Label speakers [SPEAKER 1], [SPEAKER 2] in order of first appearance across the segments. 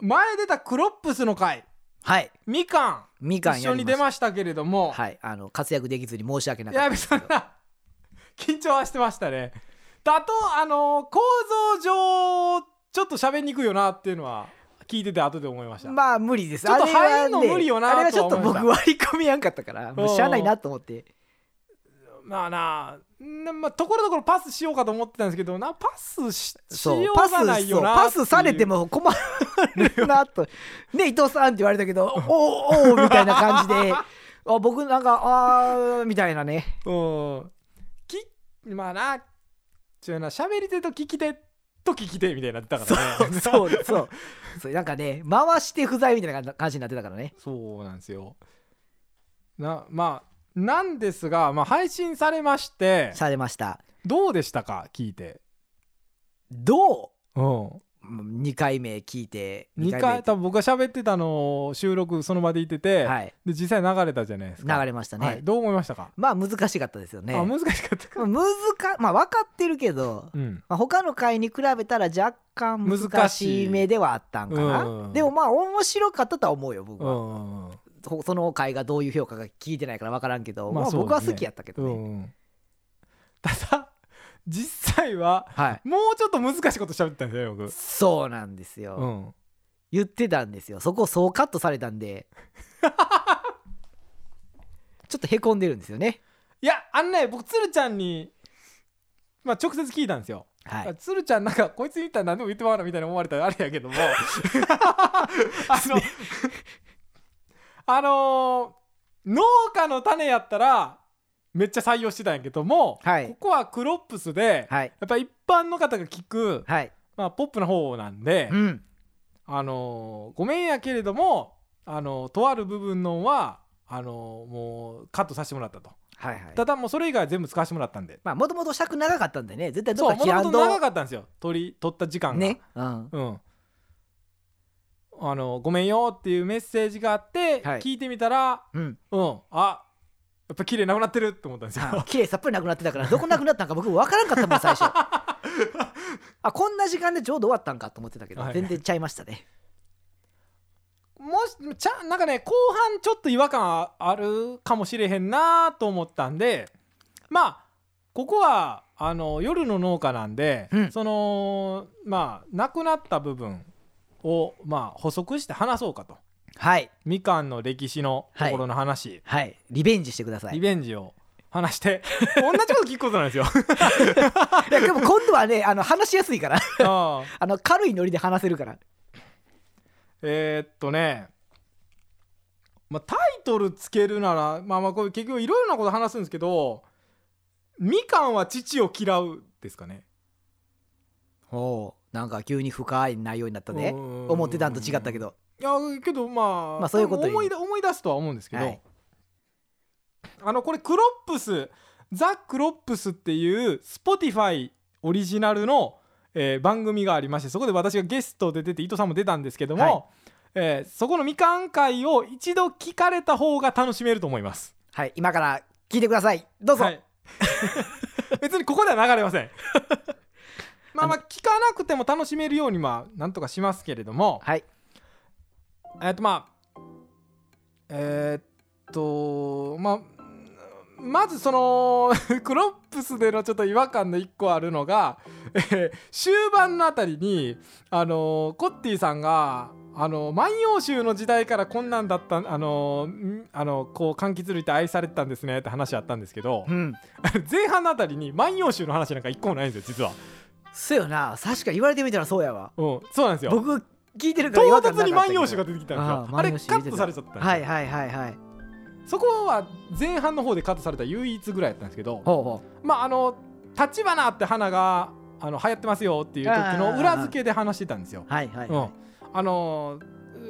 [SPEAKER 1] 前出たクロップスの回
[SPEAKER 2] はい
[SPEAKER 1] みかん
[SPEAKER 2] みかん
[SPEAKER 1] 一
[SPEAKER 2] や
[SPEAKER 1] 緒に
[SPEAKER 2] りま
[SPEAKER 1] 出
[SPEAKER 2] す
[SPEAKER 1] ましたけれども、
[SPEAKER 2] はいあの活躍できずに申し訳なかった
[SPEAKER 1] やべそんな 緊張はしてましたねだとあの構造上ちょっと喋りにくいよなっていうのは聞いてて後で思いました、
[SPEAKER 2] まあ無理です
[SPEAKER 1] ちょっと
[SPEAKER 2] あれは
[SPEAKER 1] 入んの無理よな
[SPEAKER 2] あれはちょっと
[SPEAKER 1] とは思いま
[SPEAKER 2] 僕割り込みやんかった からもうしゃあないなと思って
[SPEAKER 1] まあななまあところどころパスしようかと思ってたんですけどなパスしし
[SPEAKER 2] そう
[SPEAKER 1] よ
[SPEAKER 2] パ
[SPEAKER 1] う
[SPEAKER 2] ス
[SPEAKER 1] がない
[SPEAKER 2] そ
[SPEAKER 1] よ
[SPEAKER 2] う
[SPEAKER 1] な
[SPEAKER 2] パスされて
[SPEAKER 1] も
[SPEAKER 2] も困るなと「ね伊藤さん」って言われたけ ど「おーおーみたいな感じであ僕なんかあーみたいなね
[SPEAKER 1] うんきまあなちゅうな喋り手と聞き手と聞き手みたいになってたからね
[SPEAKER 2] そうそうそうなんかね回して不在みたいな感じになってたからね
[SPEAKER 1] そうなんですよなまあなんですが、まあ、配信されまして
[SPEAKER 2] されました
[SPEAKER 1] どうでしたか聞いて、
[SPEAKER 2] ど
[SPEAKER 1] うん、
[SPEAKER 2] う2回目聞いて
[SPEAKER 1] 2
[SPEAKER 2] 目
[SPEAKER 1] 回多分僕が喋ってたのを収録その場で行ってて、
[SPEAKER 2] はい
[SPEAKER 1] で実際流れたじゃないですか
[SPEAKER 2] 流れましたね、
[SPEAKER 1] はい、どう思いましたか、
[SPEAKER 2] まあ難しかったですよね
[SPEAKER 1] あ難しか ったか、
[SPEAKER 2] まあ難まあ分かってるけど
[SPEAKER 1] うん、
[SPEAKER 2] まあ、他の回に比べたら若干難しい目ではあったんかな、
[SPEAKER 1] うん
[SPEAKER 2] でもまあ面白かったとは思うよ僕
[SPEAKER 1] う
[SPEAKER 2] は、
[SPEAKER 1] んうん
[SPEAKER 2] ほその回がどういう評価が聞いてないから分からんけど、
[SPEAKER 1] まあ
[SPEAKER 2] まあ、
[SPEAKER 1] そうです
[SPEAKER 2] 僕
[SPEAKER 1] ね
[SPEAKER 2] は好きやったけど
[SPEAKER 1] う
[SPEAKER 2] ね、
[SPEAKER 1] んうんただ実際は
[SPEAKER 2] はい
[SPEAKER 1] もうちょっと難しいこと喋ってたんですよね僕
[SPEAKER 2] そうなんですよ、
[SPEAKER 1] うん
[SPEAKER 2] 言ってたんですよそこそうカットされたん でちょっとへこんでるんですよね
[SPEAKER 1] いやあのね僕鶴ちゃんに、まあ、直接聞いたんですよ、
[SPEAKER 2] はい
[SPEAKER 1] 鶴ちゃんなんかこいつに言ったら何でも言ってもらうなみたいな思われたらあれやけど もあのあのー農家の種やったらめっちゃ採用してたんやけども、
[SPEAKER 2] はい
[SPEAKER 1] ここはクロップスで、
[SPEAKER 2] はい
[SPEAKER 1] やっぱ一般の方が聞く、
[SPEAKER 2] はい
[SPEAKER 1] まあ、ポップの方なんで、
[SPEAKER 2] うん
[SPEAKER 1] あのーごめんやけれども、あのーとある部分のはあのーもうカットさせてもらったと。
[SPEAKER 2] はいはい
[SPEAKER 1] ただもうそれ以外は全部使わせてもらったんで
[SPEAKER 2] まあもともと尺長かったんでね絶対ど
[SPEAKER 1] そ
[SPEAKER 2] っ
[SPEAKER 1] うも
[SPEAKER 2] か切
[SPEAKER 1] と
[SPEAKER 2] ら
[SPEAKER 1] も
[SPEAKER 2] ん
[SPEAKER 1] と
[SPEAKER 2] と
[SPEAKER 1] 長かったんですよ取り取った時間が
[SPEAKER 2] ね、うん、
[SPEAKER 1] うんあのごめんよっていうメッセージがあって、
[SPEAKER 2] はい
[SPEAKER 1] 聞いてみたら
[SPEAKER 2] うん、
[SPEAKER 1] うんあやっぱ綺麗なくなってるって思ったんですよ、
[SPEAKER 2] あ綺麗さっぱりなくなってたからどこなくなったんか僕分からんかったもん最 初あこんな時間でちょうど終わったんかと思ってたけど、
[SPEAKER 1] はい
[SPEAKER 2] 全然ちゃいましたね
[SPEAKER 1] もしちゃなんかね後半ちょっと違和感ああるかもしれへんなと思ったんでまあここはあの夜の農家なんで、
[SPEAKER 2] うん
[SPEAKER 1] そのまあなくなった部分をまあ補足して話そうかと
[SPEAKER 2] はい
[SPEAKER 1] みかんの歴史のところの話、
[SPEAKER 2] はいリベンジしてください
[SPEAKER 1] リ
[SPEAKER 2] い
[SPEAKER 1] ベンジを話して 同じこと聞くことなんですよ
[SPEAKER 2] やでも今度はねあの話しやすいから
[SPEAKER 1] ああ
[SPEAKER 2] あの軽いノリで話せるから
[SPEAKER 1] えーっとね、まあ、タイトルつけるならまあまあこれ結局いろいろなこと話すんですけど「みかんは父を嫌う」ですかね
[SPEAKER 2] おなんか急に深い内容になったね
[SPEAKER 1] うーん
[SPEAKER 2] 思ってたんと違ったけど
[SPEAKER 1] いやけどまあ,、
[SPEAKER 2] まあそういうことに
[SPEAKER 1] 思い出思い出すとは思うんですけど、
[SPEAKER 2] はい
[SPEAKER 1] あのこれクロップスザ・クロップスっていう Spotify オリジナルの、えー番組がありましてそこで私がゲストで出て伊藤さんも出たんですけども、
[SPEAKER 2] はい
[SPEAKER 1] えーそこのみかん会を一度聞かれた方が楽しめると思います。
[SPEAKER 2] はい今から聞いてくださいどうぞ、
[SPEAKER 1] はい 別にここでは流れませ んまあまあ聞かなくても楽しめるようにまあなんとかしますけれども、
[SPEAKER 2] はい
[SPEAKER 1] えっとまあえーっとまあまずその クロップスでのちょっと違和感の一個あるのが、 えー終盤のあたりにあのーコッティさんが「あのー万葉集」の時代からこんなんだったあのーんあのこう柑橘類って愛されてたんですねって話あったんですけど
[SPEAKER 2] うん
[SPEAKER 1] 前半のあたりに「万葉集」の話なんか一個もないんですよ実は、
[SPEAKER 2] そうよな確かに言われてみたらそうやわ
[SPEAKER 1] うん、そうなんですよ
[SPEAKER 2] 僕聞いてるから違
[SPEAKER 1] 唐
[SPEAKER 2] 和感
[SPEAKER 1] 突
[SPEAKER 2] なかったけ
[SPEAKER 1] に「
[SPEAKER 2] ど
[SPEAKER 1] 万葉集」が出てきたんですよ
[SPEAKER 2] あー
[SPEAKER 1] あれ
[SPEAKER 2] 万
[SPEAKER 1] カ
[SPEAKER 2] 葉集見てた
[SPEAKER 1] ットされちゃったんですよ
[SPEAKER 2] はいはいはいはい
[SPEAKER 1] そこは前半の方でカットされた唯一ぐらいやったんですけど
[SPEAKER 2] ほうほ
[SPEAKER 1] まああの立花って花があの流行ってますよっていう時の裏付けで話してたんですよ。
[SPEAKER 2] うはいはい、
[SPEAKER 1] う
[SPEAKER 2] はい
[SPEAKER 1] ん、あの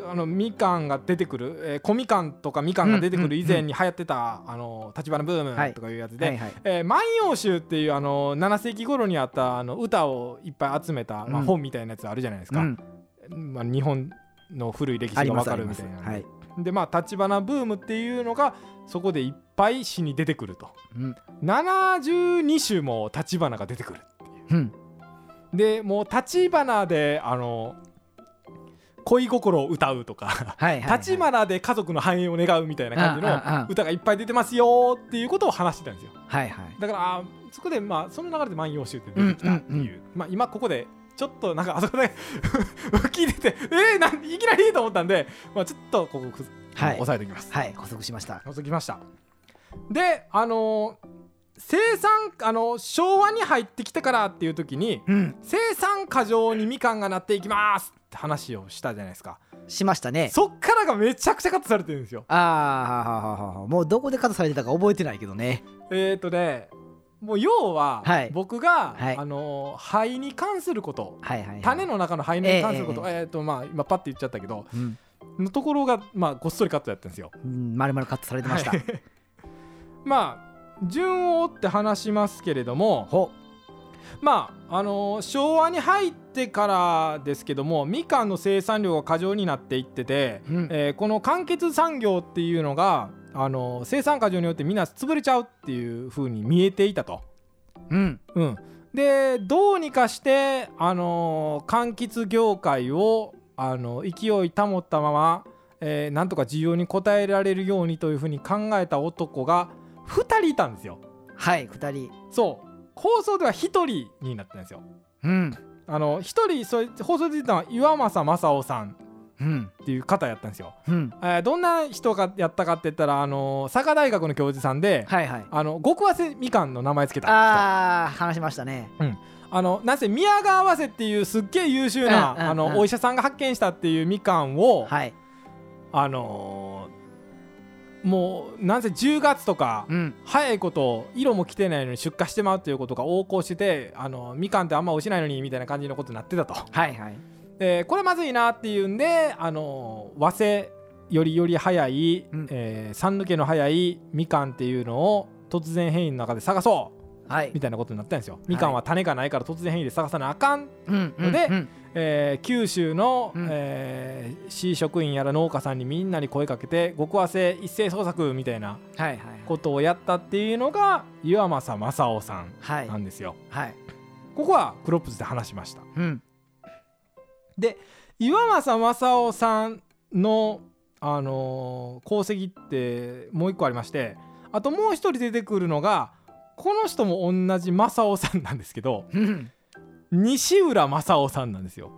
[SPEAKER 1] うあのみかんが出てくる、えー、小みかんとかみかんが出てくる以前に流行ってた「あの立花ブーム」とかいうやつで「
[SPEAKER 2] はいはい
[SPEAKER 1] えー万葉集」っていうあの7世紀頃にあったあの歌をいっぱい集めた、まあ、
[SPEAKER 2] うん
[SPEAKER 1] 本みたいなやつあるじゃないですか、
[SPEAKER 2] うん
[SPEAKER 1] まあ、日本の古い歴
[SPEAKER 2] あ
[SPEAKER 1] 史
[SPEAKER 2] り
[SPEAKER 1] が
[SPEAKER 2] ま
[SPEAKER 1] わ
[SPEAKER 2] すあ
[SPEAKER 1] か
[SPEAKER 2] り
[SPEAKER 1] る
[SPEAKER 2] ま
[SPEAKER 1] み
[SPEAKER 2] す
[SPEAKER 1] たいなね。
[SPEAKER 2] はい、
[SPEAKER 1] でまあ立花ブームっていうのがそこでいっぱい詩に出てくると
[SPEAKER 2] うん
[SPEAKER 1] 72種も立花が出てくる
[SPEAKER 2] うん、
[SPEAKER 1] でもう立花であの恋心を歌うとか
[SPEAKER 2] はいはい、はい。
[SPEAKER 1] 立花で家族の繁栄を願うみたいな感じ
[SPEAKER 2] ああああ
[SPEAKER 1] の歌がいっぱい出てますよっていうことを話してたんですよ
[SPEAKER 2] はいはい。
[SPEAKER 1] だからあーそこでまあその流れで「万葉集」って出てきたっていう,、
[SPEAKER 2] うんうんう
[SPEAKER 1] まあ、今ここでちょっとなんかあそこで聞いててえー、なんいきなりいいと思ったんで、まあ、ちょっとここく
[SPEAKER 2] はい
[SPEAKER 1] 押さえておきます
[SPEAKER 2] はい、補足しました。
[SPEAKER 1] 覗きましたであのー生産あの昭和に入ってきたからっていう時に
[SPEAKER 2] うん、
[SPEAKER 1] 生産過剰にみかんがなっていきますって話をしたじゃないですか
[SPEAKER 2] しましたね。
[SPEAKER 1] そっからがめちゃくちゃカットされてるんですよ
[SPEAKER 2] ああ、ははははもうどこでカットされてたか覚えてないけどね。
[SPEAKER 1] えー、とねもう要は
[SPEAKER 2] はい
[SPEAKER 1] 僕が、
[SPEAKER 2] はい
[SPEAKER 1] あのー肺に関すること
[SPEAKER 2] はいはい、はい。
[SPEAKER 1] 種の中の肺に関すること、
[SPEAKER 2] え
[SPEAKER 1] えーとまあ、今パッて言っちゃったけど
[SPEAKER 2] うん、
[SPEAKER 1] のところが、まあ、ごっそりカットやったんですよ。
[SPEAKER 2] うん、まるまるカットされてました。
[SPEAKER 1] はいまあ順を追って話しますけれども
[SPEAKER 2] ほ、
[SPEAKER 1] まああのー昭和に入ってからですけどもみかんの生産量が過剰になっていってて、
[SPEAKER 2] うん
[SPEAKER 1] えーこの完結産業っていうのが、あのー生産過剰によってみんな潰れちゃうっていう風に見えていたと。
[SPEAKER 2] うん、
[SPEAKER 1] うん、でどうにかして、あのー柑橘業界を、あの勢い保ったまま、えーなんとか需要に応えられるようにというふうに考えた男が2人いたんですよ。
[SPEAKER 2] はい、二人。
[SPEAKER 1] そう放送では1人になってるんですよ。
[SPEAKER 2] うん、
[SPEAKER 1] あの1人それ放送で出たのは岩政正夫さん
[SPEAKER 2] うん、
[SPEAKER 1] っていう方やったんですよ。
[SPEAKER 2] うん、
[SPEAKER 1] えーどんな人がやったかって言ったら、あのー佐賀大学の教授さんで、
[SPEAKER 2] はいはい。
[SPEAKER 1] あの極早生みかんの名前つけた人。
[SPEAKER 2] ああ、話しましたね。
[SPEAKER 1] あのなんせ宮川合わせっていうすっげえ優秀な、
[SPEAKER 2] うんうんうん
[SPEAKER 1] あのお医者さんが発見したっていうみかんを、
[SPEAKER 2] はい、
[SPEAKER 1] あのーもうなんせ10月とか、
[SPEAKER 2] うん、
[SPEAKER 1] 早いこと色も来てないのに出荷してまうっていうことが横行しててあのみかんってあんま美味しないのにみたいな感じのことになってたと。
[SPEAKER 2] はいはい。
[SPEAKER 1] でこれまずいなっていうんで、あのー和製よりより早い、
[SPEAKER 2] うん
[SPEAKER 1] えー酸抜けの早いみかんっていうのを突然変異の中で探そう
[SPEAKER 2] はい
[SPEAKER 1] み。たいなことになったんですよ。みかんは種がないから突然変異で探さなあかん
[SPEAKER 2] うん、うん、
[SPEAKER 1] で
[SPEAKER 2] うん、
[SPEAKER 1] えー九州の、
[SPEAKER 2] うん
[SPEAKER 1] えー市職員やら農家さんにみんなに声かけて極和製一斉捜索みたいな
[SPEAKER 2] はいはい。
[SPEAKER 1] ことをやったっていうのが岩政正夫さん
[SPEAKER 2] はい
[SPEAKER 1] な、んですよ。
[SPEAKER 2] はい。
[SPEAKER 1] ここはクロップスで話しました。
[SPEAKER 2] うん、
[SPEAKER 1] で岩政正夫さんの、あのー功績ってもう一個ありましてあともう一人出てくるのがこの人も同じ正夫さんなんですけど
[SPEAKER 2] うん、
[SPEAKER 1] 西浦正夫さんなんですよ。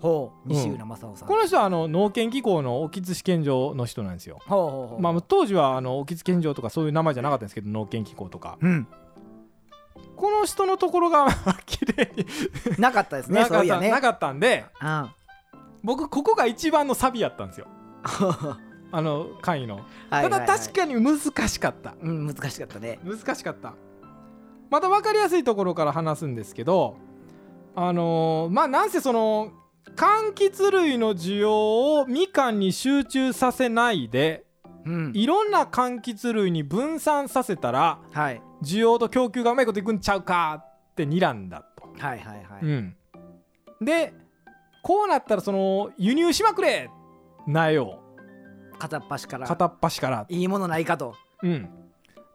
[SPEAKER 2] ほう、西浦正夫さん。
[SPEAKER 1] この人はあの農研機構の沖津試験場の人なんですよ。
[SPEAKER 2] ほうほうほう。
[SPEAKER 1] まあ、当時はあの沖津県場とかそういう名前じゃなかったんですけど農研機構とか
[SPEAKER 2] うん、
[SPEAKER 1] この人のところが 綺麗に
[SPEAKER 2] なかったですね、
[SPEAKER 1] な
[SPEAKER 2] そ
[SPEAKER 1] か
[SPEAKER 2] う
[SPEAKER 1] っ
[SPEAKER 2] い
[SPEAKER 1] た,、
[SPEAKER 2] やね。
[SPEAKER 1] なかったんで
[SPEAKER 2] うん。
[SPEAKER 1] 僕ここが一番のサビやったんですよあの会の、
[SPEAKER 2] た
[SPEAKER 1] ただ確かに難しかった
[SPEAKER 2] うん、難しかったね。
[SPEAKER 1] 難しかったまた分かりやすいところから話すんですけどあのーまあなんせその柑橘類の需要をみかんに集中させないで
[SPEAKER 2] うん、
[SPEAKER 1] いろんな柑橘類に分散させたら
[SPEAKER 2] はい、
[SPEAKER 1] 需要と供給がうまいこといくんちゃうかって睨んだと。
[SPEAKER 2] はいはいはい。
[SPEAKER 1] うん、でこうなったらその輸入しまくれなよ
[SPEAKER 2] 片っ端から
[SPEAKER 1] 片っ端から、
[SPEAKER 2] いいものないかと。
[SPEAKER 1] うん、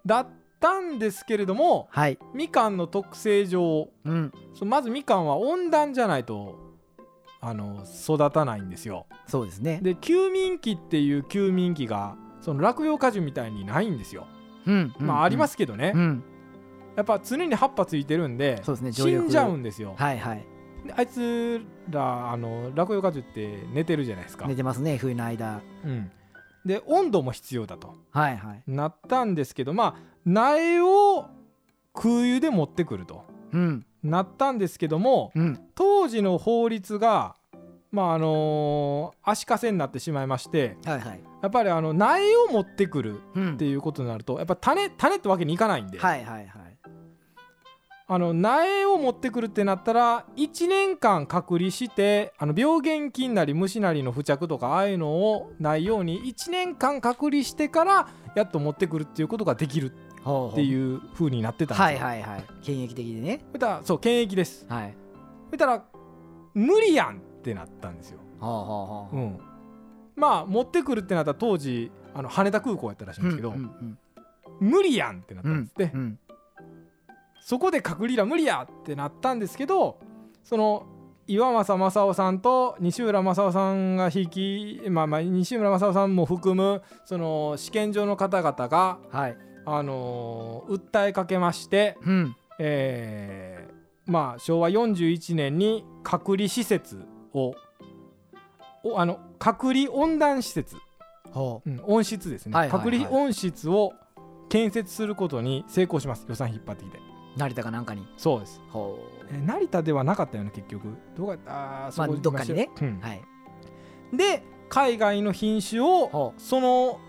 [SPEAKER 1] だったんですけれども
[SPEAKER 2] はい。
[SPEAKER 1] みかんの特性上
[SPEAKER 2] うん。
[SPEAKER 1] そまずみかんは温暖じゃないとあの育たないんですよ。
[SPEAKER 2] そうですね。
[SPEAKER 1] で休眠期っていう休眠期がその落葉果樹みたいにないんですよ。
[SPEAKER 2] うん。。
[SPEAKER 1] まあありますすけどね、
[SPEAKER 2] うん。
[SPEAKER 1] やっぱ常に葉っぱついてるんで
[SPEAKER 2] そうですね常
[SPEAKER 1] 死
[SPEAKER 2] 緑
[SPEAKER 1] んじゃうんですよ。
[SPEAKER 2] はいはい。
[SPEAKER 1] であいつらあの落葉果樹って寝てるじゃないですか
[SPEAKER 2] 寝、てますね、冬の間。
[SPEAKER 1] うん、で温度も必要だと
[SPEAKER 2] はいはい。
[SPEAKER 1] なったんですけどまあ苗を空輸で持ってくると
[SPEAKER 2] うん。
[SPEAKER 1] なったんですけども
[SPEAKER 2] うん。
[SPEAKER 1] 当時の法律がまああの足かせになってしまいまして
[SPEAKER 2] はいはい。
[SPEAKER 1] やっぱりあの苗を持ってくる
[SPEAKER 2] うん
[SPEAKER 1] って。いうことになるとやっぱ種種ってわけにいかないんで、
[SPEAKER 2] はいはいはい。
[SPEAKER 1] あの苗を持ってくるってなったら1年間隔離してあの病原菌なり虫なりの付着とかああいうのをないように1年間隔離してからやっと持ってくるっていうことができる
[SPEAKER 2] ほう
[SPEAKER 1] って
[SPEAKER 2] う。
[SPEAKER 1] いう風になってたんですよ。
[SPEAKER 2] はいはいはい。権益的でね。
[SPEAKER 1] そしたらそう検疫です。
[SPEAKER 2] はい。
[SPEAKER 1] そしたら無理やんってなったんですよ。
[SPEAKER 2] ほうほう
[SPEAKER 1] う
[SPEAKER 2] ほう。
[SPEAKER 1] ん、まあ持ってくるってなったら当時あの羽田空港やったらしいんですけど、
[SPEAKER 2] うんうん
[SPEAKER 1] 無理やんってなった
[SPEAKER 2] うん
[SPEAKER 1] で
[SPEAKER 2] ん
[SPEAKER 1] す。で
[SPEAKER 2] うん
[SPEAKER 1] そこで隔離ら無理やってなったんですけどその岩政正夫さんと西浦正夫さんが引き、まあ、まあ西浦正夫さんも含むその試験場の方々が、
[SPEAKER 2] はい。
[SPEAKER 1] あのー訴えかけまして、
[SPEAKER 2] うん。
[SPEAKER 1] えーまあ、昭和41年に隔離施設をおあの隔離温暖施設、
[SPEAKER 2] ほ
[SPEAKER 1] うん温室ですね、
[SPEAKER 2] はいはいはい
[SPEAKER 1] 隔離温室を建設することに成功します予算引っ張ってきて
[SPEAKER 2] う。成田かなんかに。
[SPEAKER 1] そうです、
[SPEAKER 2] ほ
[SPEAKER 1] えー成田ではなかったよね結局どこやったあーそこ
[SPEAKER 2] まあどっかにね
[SPEAKER 1] うん
[SPEAKER 2] う。はい。
[SPEAKER 1] で海外の品種を
[SPEAKER 2] ほ
[SPEAKER 1] その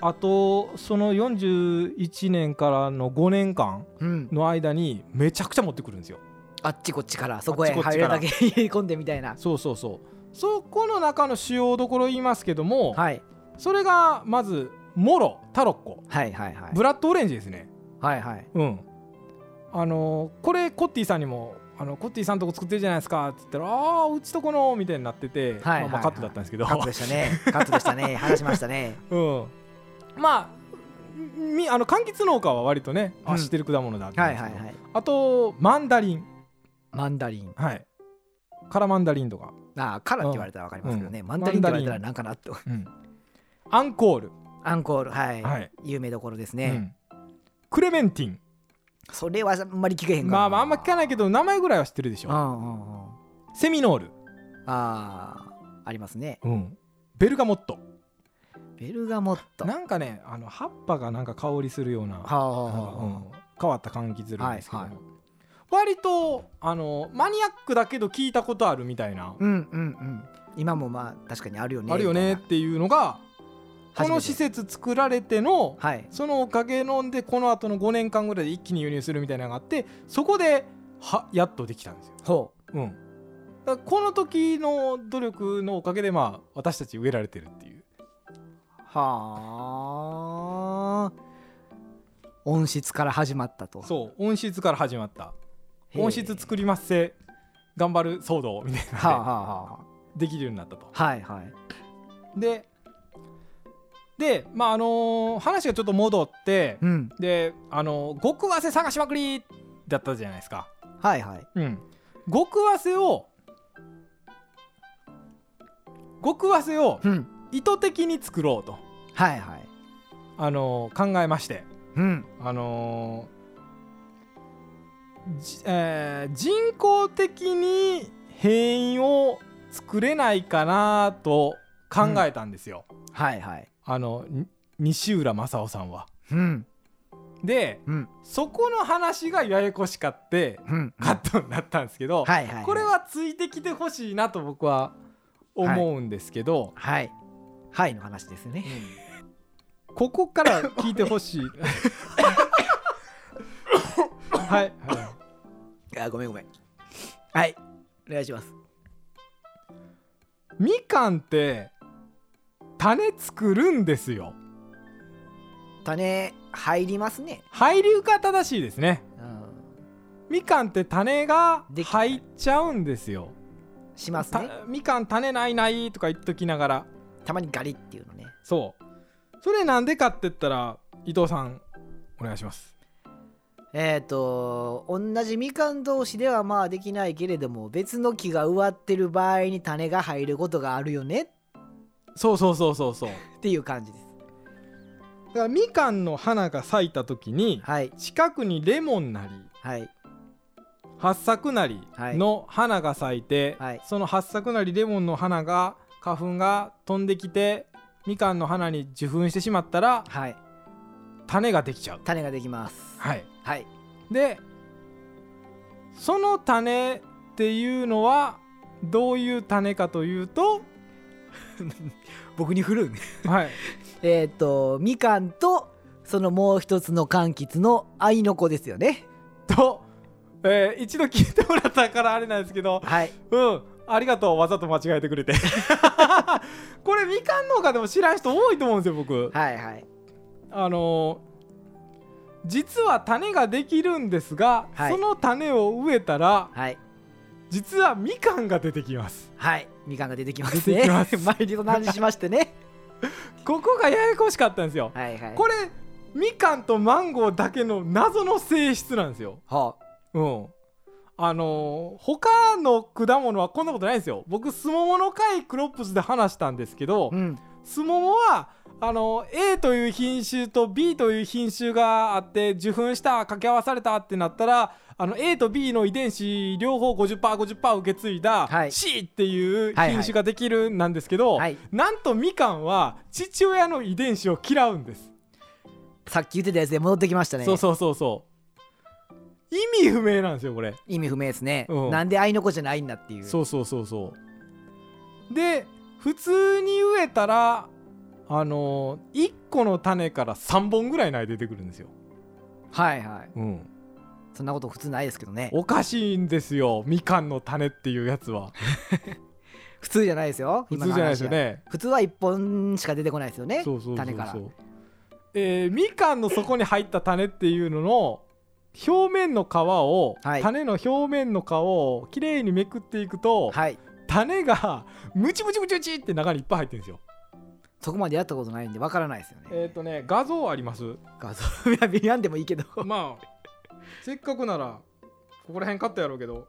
[SPEAKER 1] あとその41年からの5年間
[SPEAKER 2] うん。
[SPEAKER 1] の間にめちゃくちゃ持ってくるんですよ
[SPEAKER 2] あっちこっちからそこへ
[SPEAKER 1] あっちこっ
[SPEAKER 2] 入
[SPEAKER 1] ち
[SPEAKER 2] る
[SPEAKER 1] から
[SPEAKER 2] だけ入れ込んでみたいな。
[SPEAKER 1] そうそうそうそこの中の主要どころ言いますけども、
[SPEAKER 2] はい。
[SPEAKER 1] それがまずモロタロッコ
[SPEAKER 2] はいはいはい。
[SPEAKER 1] ブラッドオレンジですね
[SPEAKER 2] はいはい。
[SPEAKER 1] うんあのーこれコッティさんにもあのコッティさんとこ作ってるじゃないですかって言ったら「ああーうちとこの」みたいになってて、
[SPEAKER 2] はいはい
[SPEAKER 1] まあまあカットだったんですけど
[SPEAKER 2] カットでしたね。カットでし たね。話しましたね。
[SPEAKER 1] うん、まあみあの柑橘農家は割とね、
[SPEAKER 2] う
[SPEAKER 1] あ
[SPEAKER 2] ん
[SPEAKER 1] 知ってる果物だって
[SPEAKER 2] はいはいはい。
[SPEAKER 1] あとマンダリン
[SPEAKER 2] マンダリン。
[SPEAKER 1] はい辛マンダリンとか、
[SPEAKER 2] ああ、カラって言われたらわかりますけどね。
[SPEAKER 1] うん
[SPEAKER 2] マンダリンって言われたらなんかなと。
[SPEAKER 1] うん、アンコール、
[SPEAKER 2] アンコール、はい。
[SPEAKER 1] はい
[SPEAKER 2] 有名どころです
[SPEAKER 1] う
[SPEAKER 2] ね。
[SPEAKER 1] ん、クレメンティン
[SPEAKER 2] それはあんまり聞けへんから。
[SPEAKER 1] まあまああんま聞かないけど名前ぐらいは知ってるでし
[SPEAKER 2] う
[SPEAKER 1] ょ
[SPEAKER 2] んうんうん。
[SPEAKER 1] セミノール、
[SPEAKER 2] ああ、ありますね。
[SPEAKER 1] うん、ベルガモット
[SPEAKER 2] ベルガモット。
[SPEAKER 1] なんかねあの葉っぱがなんか香りするような
[SPEAKER 2] は
[SPEAKER 1] なん
[SPEAKER 2] あ
[SPEAKER 1] かう
[SPEAKER 2] はあは
[SPEAKER 1] ん変わった柑橘類ですけども、
[SPEAKER 2] はいは
[SPEAKER 1] 割とあのマニアックだけど聞いたことあるみたいな
[SPEAKER 2] あ。うんうんうん。今もまあ確かにあるよね。
[SPEAKER 1] あるよねっ
[SPEAKER 2] み
[SPEAKER 1] ていうのが
[SPEAKER 2] たい
[SPEAKER 1] こ
[SPEAKER 2] な。
[SPEAKER 1] の施設作られての
[SPEAKER 2] 初めて。
[SPEAKER 1] そのおかげのんでこの後の5年間ぐらいで一気に輸入するみたいなのがあってそこではやっとできたんですよ。
[SPEAKER 2] はい。ほう。
[SPEAKER 1] うん、だからこの時の努力のおかげでまあ私たち植えられてるっていう
[SPEAKER 2] はあ。音質から始まったと。
[SPEAKER 1] そう温室から始まった
[SPEAKER 2] へえ
[SPEAKER 1] 温室作りますせ頑張る騒動みたい
[SPEAKER 2] はあ
[SPEAKER 1] なの
[SPEAKER 2] はあは
[SPEAKER 1] でできるようになったと。
[SPEAKER 2] あ。はいはい。
[SPEAKER 1] ででまああのー話がちょっと戻って
[SPEAKER 2] うん。
[SPEAKER 1] であのー極早生探しまくりだったじゃないですか。
[SPEAKER 2] はいはい。
[SPEAKER 1] うん、極早生を極早生を
[SPEAKER 2] うん。
[SPEAKER 1] 意図的に作ろうと、
[SPEAKER 2] はいはい。
[SPEAKER 1] あのー考えまして、
[SPEAKER 2] うん。
[SPEAKER 1] あのーじえー人工的に変異を作れないかなと考えたんですよ、
[SPEAKER 2] はいはい。
[SPEAKER 1] あのに西浦正夫さんは。
[SPEAKER 2] うん。
[SPEAKER 1] で
[SPEAKER 2] うん。
[SPEAKER 1] そこの話がややこしかって
[SPEAKER 2] うん。
[SPEAKER 1] カットになったんですけど、
[SPEAKER 2] はいはい。
[SPEAKER 1] これ。はついてきてほしいなと僕は思うんですけど、
[SPEAKER 2] はい。はいの話ですね。
[SPEAKER 1] うんここから聞いてほ しいはい、はい
[SPEAKER 2] あ、ごめんごめん。はい。お願いします。
[SPEAKER 1] みかんって種作るんですよ
[SPEAKER 2] 種入りますね。
[SPEAKER 1] 配流が正しいですね
[SPEAKER 2] うん。
[SPEAKER 1] みかんって種が
[SPEAKER 2] できた
[SPEAKER 1] 入っちゃうんですよ
[SPEAKER 2] します
[SPEAKER 1] た
[SPEAKER 2] ね。
[SPEAKER 1] みかん種ないないとか言っときながら
[SPEAKER 2] たまにガリっていうのね。
[SPEAKER 1] そうそれなんでかって言ったら伊藤さんお願いします
[SPEAKER 2] えっ、と、同じみかん同士ではまあできないけれども、別の木が植わってる場合に種が入ることがあるよね
[SPEAKER 1] そうそうそうそうそう
[SPEAKER 2] っていう感じです。
[SPEAKER 1] だからみかんの花が咲いた時に
[SPEAKER 2] はい。
[SPEAKER 1] 近くにレモンなり
[SPEAKER 2] はい。
[SPEAKER 1] 八作なり
[SPEAKER 2] はい
[SPEAKER 1] の花が咲いて、
[SPEAKER 2] はい
[SPEAKER 1] その八作なりレモンの花が花粉が飛んできてみかんの花に受粉してしまったら
[SPEAKER 2] はい。
[SPEAKER 1] 種ができちゃう。
[SPEAKER 2] 種ができます。
[SPEAKER 1] はい、
[SPEAKER 2] はい。
[SPEAKER 1] でその種っていうのはどういう種かというと、
[SPEAKER 2] 僕に振るん
[SPEAKER 1] はい、
[SPEAKER 2] えっ、と、みかんと、そのもう一つの柑橘の愛の子ですよね。
[SPEAKER 1] と、えー一度聞いてもらったからあれなんですけど
[SPEAKER 2] はい。
[SPEAKER 1] うんありがとうわざと間違えてく れてこれみかん農家でも知らん人多いと思うんですよ僕
[SPEAKER 2] はいはい。
[SPEAKER 1] あのー実は種ができるんですが、
[SPEAKER 2] はい
[SPEAKER 1] その種を植えたら
[SPEAKER 2] はい。
[SPEAKER 1] 実はみかんが出てきます
[SPEAKER 2] はい。みかんが出てきます
[SPEAKER 1] 出て
[SPEAKER 2] ね。
[SPEAKER 1] き ます
[SPEAKER 2] 前に同じしましてね。
[SPEAKER 1] ここがややこしかったんですよ、
[SPEAKER 2] はいはい。
[SPEAKER 1] これみかんとマンゴーだけの謎の性質なんですよ
[SPEAKER 2] は
[SPEAKER 1] うんあのー他の果物はこんなことないんですよ僕スモモの回クロップスで話したんですけど、
[SPEAKER 2] うん
[SPEAKER 1] スモモはあの A という品種と B という品種があって受粉した掛け合わされたってなったらあの A と B の遺伝子両方 50%50% 受け継いだ
[SPEAKER 2] はい
[SPEAKER 1] C っていう
[SPEAKER 2] はいはい
[SPEAKER 1] 品種ができるんなんですけど、
[SPEAKER 2] はい
[SPEAKER 1] なんとみかんは父親の遺伝子を嫌うんです、
[SPEAKER 2] さっき言ってたやつで戻ってきましたね
[SPEAKER 1] そうそうそうそう意味不明なんですよこれ
[SPEAKER 2] 意味不明ですね、
[SPEAKER 1] うん
[SPEAKER 2] なんで愛の子じゃないんだっていう
[SPEAKER 1] そうそうそうそうで普通に植えたらあの1個の種から3本ぐらい苗出てくるんですよ、
[SPEAKER 2] はいはい
[SPEAKER 1] うん、
[SPEAKER 2] そんなこと普通ないですけどね
[SPEAKER 1] おかしいんですよみかんの種っていうやつは
[SPEAKER 2] 普通じゃないですよ
[SPEAKER 1] 普通じゃないですよ
[SPEAKER 2] 今の話は
[SPEAKER 1] ね
[SPEAKER 2] 普通は1本しか出てこないですよね
[SPEAKER 1] そうそうそう
[SPEAKER 2] 種から
[SPEAKER 1] そうえーみかんの底に入った種っていうのの表面の皮を、
[SPEAKER 2] はい
[SPEAKER 1] 種の表面の皮をきれいにめくっていくと、
[SPEAKER 2] はい
[SPEAKER 1] 種がムチムチムチムチって中にいっぱい入ってるんですよ
[SPEAKER 2] そこまでやったことないんでわからないですよね、
[SPEAKER 1] えっ、とね画像あります
[SPEAKER 2] 画像は見やんでもい いけど
[SPEAKER 1] まあせっかくならここら辺カットやろうけど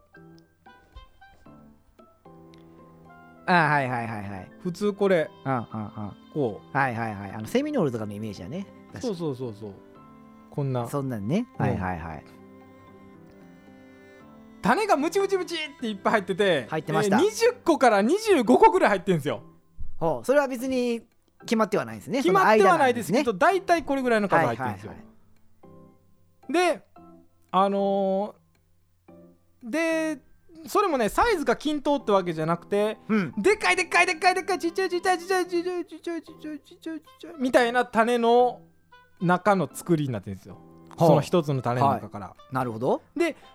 [SPEAKER 2] あはいはいはいはい
[SPEAKER 1] 普通これ
[SPEAKER 2] うんうんうん
[SPEAKER 1] こ
[SPEAKER 2] はいはいはいあのセミノールとかのイメージだね
[SPEAKER 1] う
[SPEAKER 2] 確か
[SPEAKER 1] そ
[SPEAKER 2] に
[SPEAKER 1] うそうそうそうこんな
[SPEAKER 2] そんなんね、
[SPEAKER 1] うん
[SPEAKER 2] はいはいはい
[SPEAKER 1] 種がムチムチムチっていっぱい入ってて
[SPEAKER 2] 入ってました
[SPEAKER 1] えー20個から25個ぐらい入ってるんですよ
[SPEAKER 2] ほうそれは別に決まってはないんですね
[SPEAKER 1] 決まって
[SPEAKER 2] その間
[SPEAKER 1] はないですけど大体これぐらいの
[SPEAKER 2] は
[SPEAKER 1] 数入
[SPEAKER 2] いは
[SPEAKER 1] っ
[SPEAKER 2] い
[SPEAKER 1] てるんですよ、
[SPEAKER 2] はい
[SPEAKER 1] であのーでそれもねサイズが均等ってわけじゃなくて
[SPEAKER 2] うん
[SPEAKER 1] でっかいでっかいでっかいでっかいちっちゃいちっちゃいちっちゃいちっちゃいちっちゃいちっちゃいちっちゃいちっちゃいみたいな種の中の作りになってるんですよ
[SPEAKER 2] ほう
[SPEAKER 1] その一つの種の中から、
[SPEAKER 2] なるほど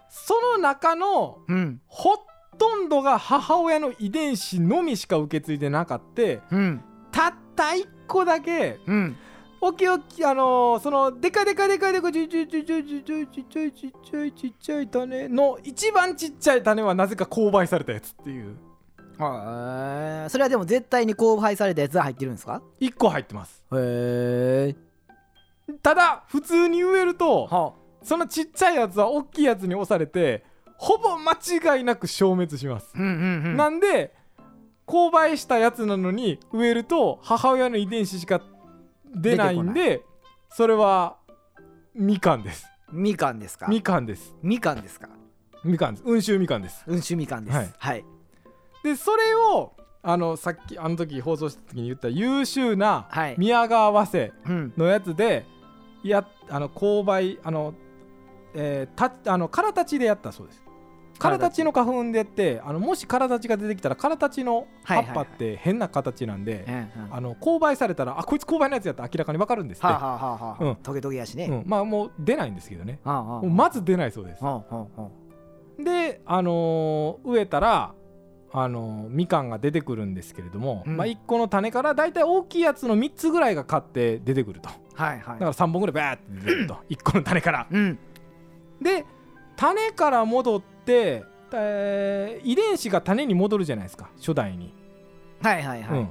[SPEAKER 1] その中の
[SPEAKER 2] うん
[SPEAKER 1] ほとんどが母親の遺伝子のみしか受け継いでなかって
[SPEAKER 2] うん
[SPEAKER 1] たった一個だけ
[SPEAKER 2] うん
[SPEAKER 1] おきおきあのー、そのでかいでかいでかいでかいちっちゃいちっちゃいちっちゃいちっちゃいちっちゃいちっちゃい種の一番ちっちゃい種はなぜか購買されたやつっていう
[SPEAKER 2] はいそれはでも絶対に交配されたやつは入ってるんですか
[SPEAKER 1] 一個入ってます
[SPEAKER 2] へえ
[SPEAKER 1] ただ普通に植えると
[SPEAKER 2] は
[SPEAKER 1] そのちっちゃいやつは大きいやつに押されてほぼ間違いなく消滅します
[SPEAKER 2] あうんうんうん
[SPEAKER 1] なんで購買したやつなのに植えると母親の遺伝子しか出ないんでそれはみかんです
[SPEAKER 2] みかんですか
[SPEAKER 1] みかんです
[SPEAKER 2] みかんですか
[SPEAKER 1] みかんです温州みかんです
[SPEAKER 2] うんしゅみかんです
[SPEAKER 1] はい
[SPEAKER 2] はい
[SPEAKER 1] でそれをあのさっきあの時放送した時に言った優秀な
[SPEAKER 2] はい
[SPEAKER 1] 宮川合わせ
[SPEAKER 2] うん
[SPEAKER 1] のやつでやあの購買あのえーたあのカラタチでやったそうですカラタチの花粉でやってあのもしカラタチが出てきたらカラタチの葉っぱって変な形なんで、
[SPEAKER 2] うんうんは
[SPEAKER 1] あの購買されたらあこいつ購買のやつやったら明らかに分かるんですって、
[SPEAKER 2] あはあはあはあ
[SPEAKER 1] うん
[SPEAKER 2] トゲトゲやしね
[SPEAKER 1] うん、まあもう出ないんですけどね
[SPEAKER 2] ああああ
[SPEAKER 1] もうまず出ないそうです
[SPEAKER 2] ああああ
[SPEAKER 1] であのー植えたらあのーみかんが出てくるんですけれども、
[SPEAKER 2] うん
[SPEAKER 1] まあ、1個の種からだいたい大きいやつの3つぐらいが買って出てくるとだか
[SPEAKER 2] はいはい
[SPEAKER 1] ら3本ぐらいバーって出てく ると1個の種から
[SPEAKER 2] うん
[SPEAKER 1] で種から戻って、えー遺伝子が種に戻るじゃないですか初代に、
[SPEAKER 2] はいはいはい、
[SPEAKER 1] うん、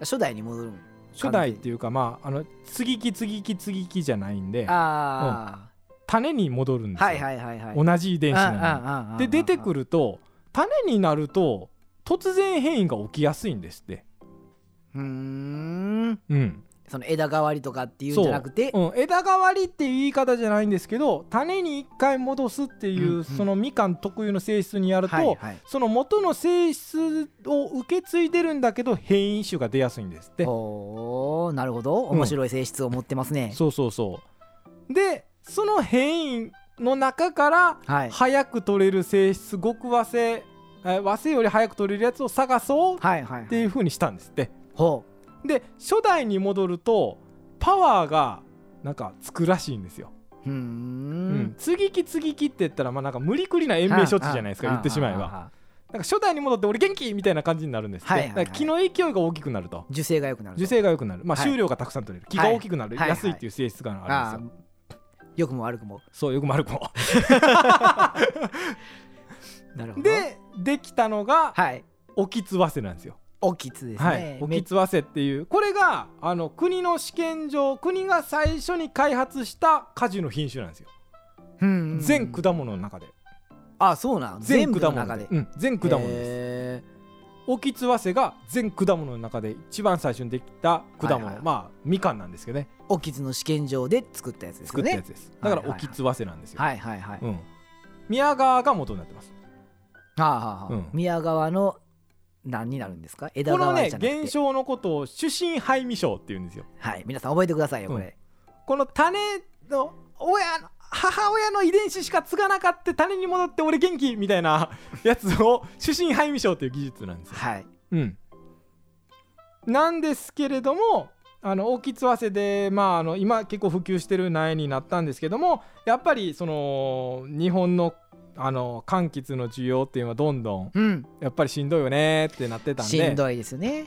[SPEAKER 2] 初代に戻る
[SPEAKER 1] 初代っていうかまああの継ぎ木継ぎ木継ぎ木じゃないんで
[SPEAKER 2] あ
[SPEAKER 1] 種に戻るん
[SPEAKER 2] あ、
[SPEAKER 1] ですよ、
[SPEAKER 2] はいはいはいはい
[SPEAKER 1] 同じ遺伝子なのに
[SPEAKER 2] あ
[SPEAKER 1] で出てく
[SPEAKER 2] る
[SPEAKER 1] ると種になると突然変異が起きやすいんですって、
[SPEAKER 2] うーん
[SPEAKER 1] うん
[SPEAKER 2] その枝代わりとかっていうんじゃなくて
[SPEAKER 1] うん、枝代わりっていう言い方じゃないんですけど種に一回戻すっていう、
[SPEAKER 2] うんうん
[SPEAKER 1] そのみかん特有の性質にやると、
[SPEAKER 2] はいはい
[SPEAKER 1] その元の性質を受け継いでるんだけど変異種が出やすいんですって
[SPEAKER 2] おーなるほど
[SPEAKER 1] ん
[SPEAKER 2] 面白い性質を持ってますね、
[SPEAKER 1] そうそうそうでその変異の中から
[SPEAKER 2] はい
[SPEAKER 1] 早く取れる性質極和性えー和性より早く取れるやつを探そうっ
[SPEAKER 2] はいはい
[SPEAKER 1] ていう風にしたんですって
[SPEAKER 2] ほ
[SPEAKER 1] で初代に戻るとパワーがなんかつくらしいんですよ、
[SPEAKER 2] ううーん
[SPEAKER 1] うん、継ぎ木継ぎ木って言ったらまあなんか無理くりな延命処置じゃないですか言ってしまえば
[SPEAKER 2] ば
[SPEAKER 1] なんか初代に戻って俺元気みたいな感じになるんですって、
[SPEAKER 2] はいはいは
[SPEAKER 1] だ
[SPEAKER 2] い
[SPEAKER 1] から木の勢いが大きくなると
[SPEAKER 2] 受精が良くなると
[SPEAKER 1] 樹勢が良くなるまあ
[SPEAKER 2] はい
[SPEAKER 1] 収量がたくさん取れる木
[SPEAKER 2] は
[SPEAKER 1] が
[SPEAKER 2] い
[SPEAKER 1] 大きくなる、
[SPEAKER 2] はい
[SPEAKER 1] 安いっていう性質があ
[SPEAKER 2] あ
[SPEAKER 1] るんですよ、
[SPEAKER 2] あ良くも悪くも
[SPEAKER 1] そうよく丸くも
[SPEAKER 2] なるほど
[SPEAKER 1] でできたのが
[SPEAKER 2] はい
[SPEAKER 1] オキツワセなんですよ
[SPEAKER 2] おきつですね、
[SPEAKER 1] はい、オ
[SPEAKER 2] め
[SPEAKER 1] キツワセっていうこれがあの国の試験場国が最初に開発した果樹の品種なんですよ
[SPEAKER 2] うんうんうん
[SPEAKER 1] 全果物の中で
[SPEAKER 2] あそうなん
[SPEAKER 1] 全
[SPEAKER 2] 部
[SPEAKER 1] 果
[SPEAKER 2] の
[SPEAKER 1] 物
[SPEAKER 2] 中
[SPEAKER 1] で
[SPEAKER 2] で、
[SPEAKER 1] うん、全果物です
[SPEAKER 2] へ
[SPEAKER 1] オキツワセが全果物の中で一番最初にできた果物、
[SPEAKER 2] はいはいはい
[SPEAKER 1] まあみかんなんですけどね
[SPEAKER 2] ーオキズの試験場で作ったやつです
[SPEAKER 1] 作
[SPEAKER 2] よ
[SPEAKER 1] った
[SPEAKER 2] ね
[SPEAKER 1] やつです、だから
[SPEAKER 2] はいはい
[SPEAKER 1] オ
[SPEAKER 2] はい
[SPEAKER 1] キツワセなんですよ、
[SPEAKER 2] はいはいはい、は
[SPEAKER 1] うん、宮川が元になってます
[SPEAKER 2] あはあはあ
[SPEAKER 1] うん
[SPEAKER 2] 宮川の何になるんですか枝
[SPEAKER 1] この
[SPEAKER 2] 川
[SPEAKER 1] ね
[SPEAKER 2] じゃなくて
[SPEAKER 1] 現象のことを主審排味症って言うんですよ
[SPEAKER 2] はい皆さん覚えてくださいよこれ、
[SPEAKER 1] この種の親の母親の遺伝子しか継がなかった種に戻って俺元気みたいなやつを主審排味症っていう技術なんですよ、
[SPEAKER 2] はい
[SPEAKER 1] うん、なんですけれどもあの大きつわせで、まあ、あの今結構普及してる苗になったんですけどもやっぱりその日本のあの柑橘の需要っていうのはどんどん
[SPEAKER 2] うん
[SPEAKER 1] やっぱりしんどいよねってなってたん
[SPEAKER 2] しん
[SPEAKER 1] で
[SPEAKER 2] どいですね